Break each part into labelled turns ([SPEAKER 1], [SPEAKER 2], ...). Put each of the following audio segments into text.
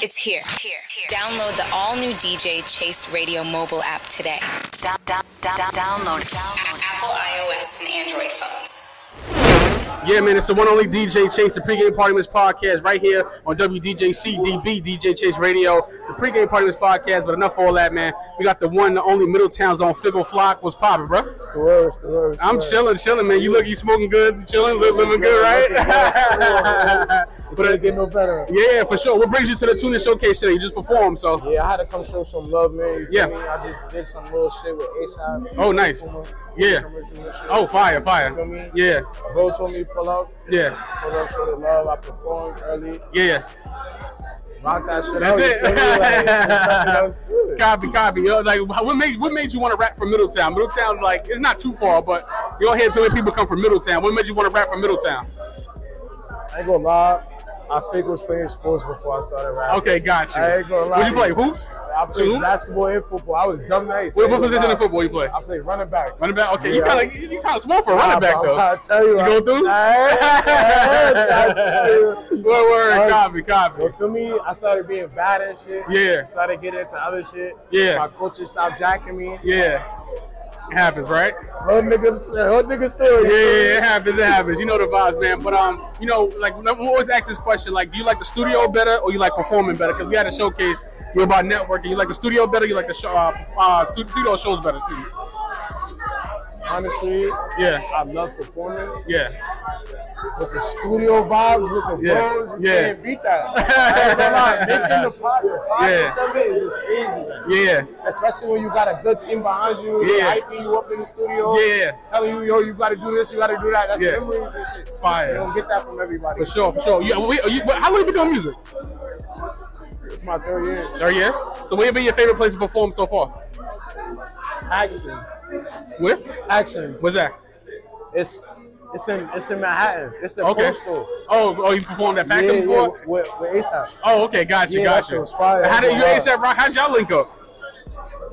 [SPEAKER 1] It's here.
[SPEAKER 2] Here, here.
[SPEAKER 1] Download the all new DJ Chase Radio mobile app today.
[SPEAKER 2] Down, down, down, down, download. Download.
[SPEAKER 1] Apple iOS and Android phones.
[SPEAKER 3] Yeah, man, it's the one only DJ Chase, the pregame party list podcast, right here on WDJCDB DJ Chase Radio, the pregame party list podcast. But enough of all that, man. We got the one, the only Middletown's on Fickle Flock. What's popping, bro?
[SPEAKER 4] The word, it's the word, it's the
[SPEAKER 3] I'm
[SPEAKER 4] word.
[SPEAKER 3] chilling, chilling, man. You look, you smoking good, chilling, li- living good, right?
[SPEAKER 4] It
[SPEAKER 3] But, uh,
[SPEAKER 4] can't get no better.
[SPEAKER 3] yeah, for sure. What brings you to the tuning showcase today? You just performed, so
[SPEAKER 4] Yeah, I had to come show some love, man. You feel
[SPEAKER 3] Yeah.
[SPEAKER 4] me? I just did some little shit with ASAP.
[SPEAKER 3] Oh, nice. Yeah. oh, fire,
[SPEAKER 4] You feel
[SPEAKER 3] fire.
[SPEAKER 4] me?
[SPEAKER 3] Yeah,
[SPEAKER 4] Bro told me pull up.
[SPEAKER 3] yeah,
[SPEAKER 4] Pull up, show the love. I performed early.
[SPEAKER 3] yeah.
[SPEAKER 4] Rock that shit
[SPEAKER 3] That's
[SPEAKER 4] out. you
[SPEAKER 3] it.
[SPEAKER 4] feel me? Like, that's it.
[SPEAKER 3] Copy, copy. Yo, like, what made what made you want to rap from Middletown? Middletown, like, it's not too far, but you don't hear too many people come from Middletown. What made you want to rap from Middletown?
[SPEAKER 4] I ain't gonna lie. I think was playing sports before I started rapping.
[SPEAKER 3] Okay, got you.
[SPEAKER 4] I ain't gonna lie.
[SPEAKER 3] What you play? Hoops?
[SPEAKER 4] I
[SPEAKER 3] Two
[SPEAKER 4] played
[SPEAKER 3] hoops?
[SPEAKER 4] basketball and football. I was dumb nice. I
[SPEAKER 3] What,
[SPEAKER 4] ain't
[SPEAKER 3] what
[SPEAKER 4] gonna
[SPEAKER 3] position
[SPEAKER 4] lie.
[SPEAKER 3] in football you play?
[SPEAKER 4] I played running back.
[SPEAKER 3] Running back. Okay, you
[SPEAKER 4] Yeah.
[SPEAKER 3] kind of you kind of small for a running back
[SPEAKER 4] I'm
[SPEAKER 3] though.
[SPEAKER 4] trying to tell you.
[SPEAKER 3] You
[SPEAKER 4] I-
[SPEAKER 3] go through?
[SPEAKER 4] I'm trying to tell
[SPEAKER 3] Word,
[SPEAKER 4] you.
[SPEAKER 3] word,
[SPEAKER 4] Alright.
[SPEAKER 3] copy, copy.
[SPEAKER 4] You feel me? I started being bad at shit.
[SPEAKER 3] Yeah.
[SPEAKER 4] Started getting into other shit.
[SPEAKER 3] Yeah.
[SPEAKER 4] My coaches stopped jacking me.
[SPEAKER 3] Yeah, it happens, right?
[SPEAKER 4] Hood nigga, hood nigga story.
[SPEAKER 3] Yeah, yeah, it happens. It happens. You know the vibes, man. But um, you know, like we always ask this question: like, do you like the studio better or you like performing better? Because we had a showcase. We're about networking. You like the studio better? You like the show, uh, uh, stu- studio shows better? Excuse me.
[SPEAKER 4] Honestly,
[SPEAKER 3] Yeah.
[SPEAKER 4] I love performing.
[SPEAKER 3] Yeah.
[SPEAKER 4] With the studio vibes, with the
[SPEAKER 3] Yeah.
[SPEAKER 4] bros, you
[SPEAKER 3] Yeah.
[SPEAKER 4] can't beat that. I ain't gonna lie, Making the pot, the
[SPEAKER 3] Yeah.
[SPEAKER 4] process of it is just crazy. man.
[SPEAKER 3] Yeah.
[SPEAKER 4] Especially when you got a good team behind you,
[SPEAKER 3] Yeah.
[SPEAKER 4] hyping you up in the studio,
[SPEAKER 3] Yeah.
[SPEAKER 4] telling you, yo, you gotta do this, you gotta do that. That's
[SPEAKER 3] Yeah.
[SPEAKER 4] memories and shit.
[SPEAKER 3] Fire.
[SPEAKER 4] You don't get that from everybody.
[SPEAKER 3] For sure. For sure. Yeah. We, you, how long you been doing music?
[SPEAKER 4] It's my third year.
[SPEAKER 3] There yeah. So where been your favorite place to perform so far?
[SPEAKER 4] Action.
[SPEAKER 3] Where?
[SPEAKER 4] Action.
[SPEAKER 3] What's that?
[SPEAKER 4] It's it's in it's in Manhattan. It's the
[SPEAKER 3] Okay.
[SPEAKER 4] postal.
[SPEAKER 3] Oh, oh, you performed at Paxton
[SPEAKER 4] yeah,
[SPEAKER 3] before?
[SPEAKER 4] yeah, with, with ASAP.
[SPEAKER 3] Oh, okay, got you,
[SPEAKER 4] Yeah,
[SPEAKER 3] got
[SPEAKER 4] that
[SPEAKER 3] you.
[SPEAKER 4] shit was fire. uh,
[SPEAKER 3] How did you
[SPEAKER 4] Yeah.
[SPEAKER 3] ASAP Rock? How'd y'all link up?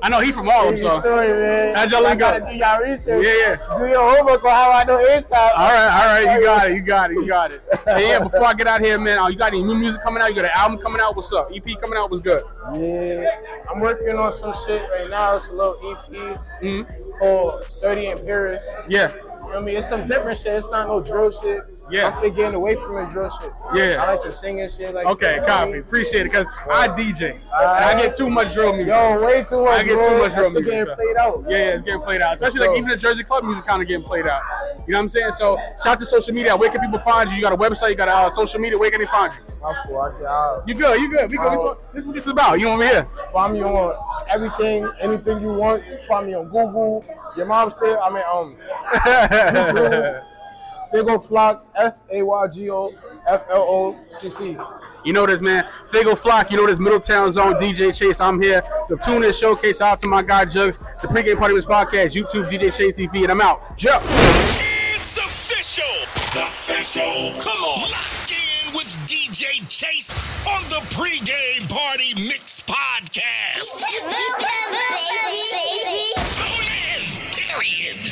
[SPEAKER 3] I know he from Harlem, so. All right,
[SPEAKER 4] story, man.
[SPEAKER 3] Oh, How'd y'all
[SPEAKER 4] Y'all
[SPEAKER 3] link
[SPEAKER 4] gotta
[SPEAKER 3] up?
[SPEAKER 4] do y'all research.
[SPEAKER 3] Yeah, yeah.
[SPEAKER 4] Do your homework on how I know ASAP.
[SPEAKER 3] all right, you got it, you got it, you got it. Hey, yeah, before I get out here, man, oh, you got any new music coming out? You got an album coming out? What's up? EP coming out was good.
[SPEAKER 4] Yeah, I'm working on some shit right now. It's a little EP
[SPEAKER 3] Mhm.
[SPEAKER 4] It's called Sturdy and Paris.
[SPEAKER 3] Yeah,
[SPEAKER 4] I mean, it's some different shit. It's not no drill shit.
[SPEAKER 3] Yeah.
[SPEAKER 4] I'm getting away from the drill shit.
[SPEAKER 3] Yeah.
[SPEAKER 4] I like to sing and shit. Like
[SPEAKER 3] okay,
[SPEAKER 4] to-
[SPEAKER 3] copy. Appreciate it, because I DJ. and I get too much drill music.
[SPEAKER 4] Yo, way too much.
[SPEAKER 3] I get
[SPEAKER 4] bro.
[SPEAKER 3] too much
[SPEAKER 4] That
[SPEAKER 3] drill
[SPEAKER 4] shit
[SPEAKER 3] music.
[SPEAKER 4] getting
[SPEAKER 3] so-
[SPEAKER 4] played out.
[SPEAKER 3] Yeah, yeah, it's getting played out. Especially like
[SPEAKER 4] So-
[SPEAKER 3] even the Jersey club music kind of getting played out. You know what I'm saying? So shout out to social media. Where can people find you? You got a website? You got a uh, social media? Where can they find you?
[SPEAKER 4] My fault. I, I,
[SPEAKER 3] You good? You good? We good? We talk- This is what this is about. You want me here?
[SPEAKER 4] Find me on everything, anything you want. Find me on Google. Your mom's there. I mean, um, YouTube. Figo Flock, F A Y G O F L O C C.
[SPEAKER 3] You know this, man. Figo Flock, you know this Middletown Zone, DJ Chase. I'm here. The Tune In Showcase. Out to my guy Jugs, the pregame party with podcast, YouTube, DJ Chase TV, and I'm out. Jump.
[SPEAKER 5] It's official. Official. Come on. Lock in with DJ Chase on the pregame party mix podcast.
[SPEAKER 6] baby.
[SPEAKER 5] Tune in. Period.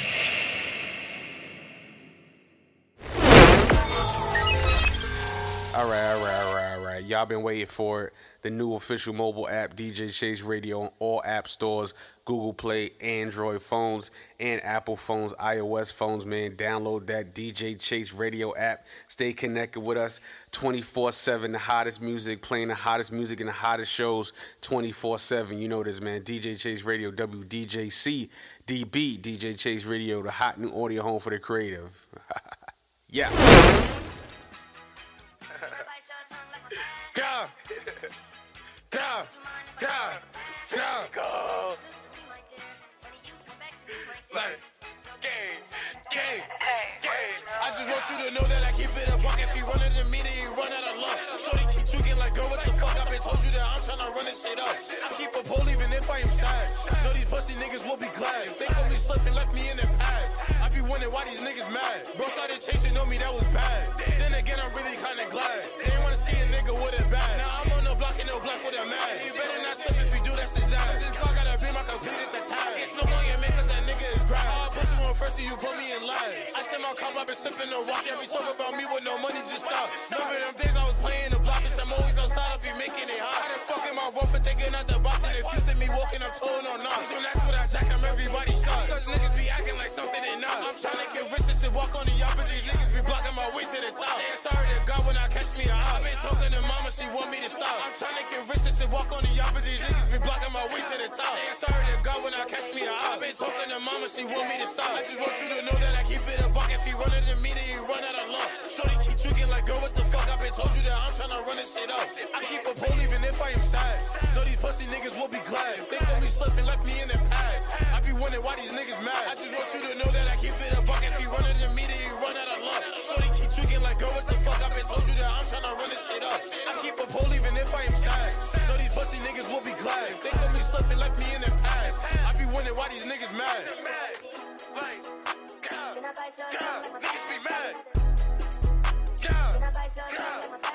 [SPEAKER 7] All right, all right, all right, all right. Y'all been waiting for it. The new official mobile app, DJ Chase Radio, on all app stores, Google Play, Android phones, and Apple phones, iOS phones, man. Download that DJ Chase Radio app. Stay connected with us 24 7. The hottest music, playing the hottest music and the hottest shows 24 7. You know this, man. DJ Chase Radio, WDJC, DB, DJ Chase Radio, the hot new audio home for the creative. yeah.
[SPEAKER 5] Go. Go. Go. Go. Go. Like, gang, gang, gang. I just want you to know that I keep it a buck. If you run into me, then you run out of luck. Shorty keep tweaking like, girl, what the fuck? I've been told you that I'm tryna run this shit up. I keep a pole even if I am sad. Know these pussy niggas will be glad. If they caught me slipping, left me in the past. I be wondering why these niggas mad. Bro started chasing on me, that was bad. Then again, I'm really kinda glad. They ain't wanna see a nigga with a bag. Now I'm on the block and no block with a mag. You better not slip if you do, that's his ass. This car gotta be my completed the time. It's no longer man, cause that nigga is grab. I put you on first and you put me in last. I said my cop, I've been sipping the rock. Yeah, be talking about me with no money, just stop. Remember them days I was playing the block, bitch. I'm always outside, I be making it hot. I I'm rougher, thinking out the box. And if you see me walking, I'm towing on knots. When that's what I jack, I'm everybody's shot. Cause niggas be acting like something they not. I'm trying to get rich and shit, walk on the yacht, but these niggas be blocking my way to the top. Damn, sorry to God when I catch me a hop. Been talking to mama, she want me to stop. I'm trying to get rich and shit, walk on the yacht, but these niggas be blocking my way to the top. Damn, sorry to God when I catch me a hop. Been talking to mama, she want me to stop. I just want you to know that I keep it a buck. If you running to me, then you run out of luck. Shorty keep tweaking like, girl, what the fuck? I've been told you that I'm trying to run this shit up. I keep a pole even if I am sad. Know these pussy niggas will be glad. They caught me slipping, left me in the past. I be wondering why these niggas mad. I just want you to know that I keep it a buck. If you run into me, then you run out of luck. Shorty keep tweaking like, girl, what the fuck? I've been told you that I'm trying to run this shit up. I keep a pole even if I am sad. Know these pussy niggas will be glad. They caught me slipping, left me in the past. I be wondering why these niggas mad. Like, God, God, niggas be mad. God, God.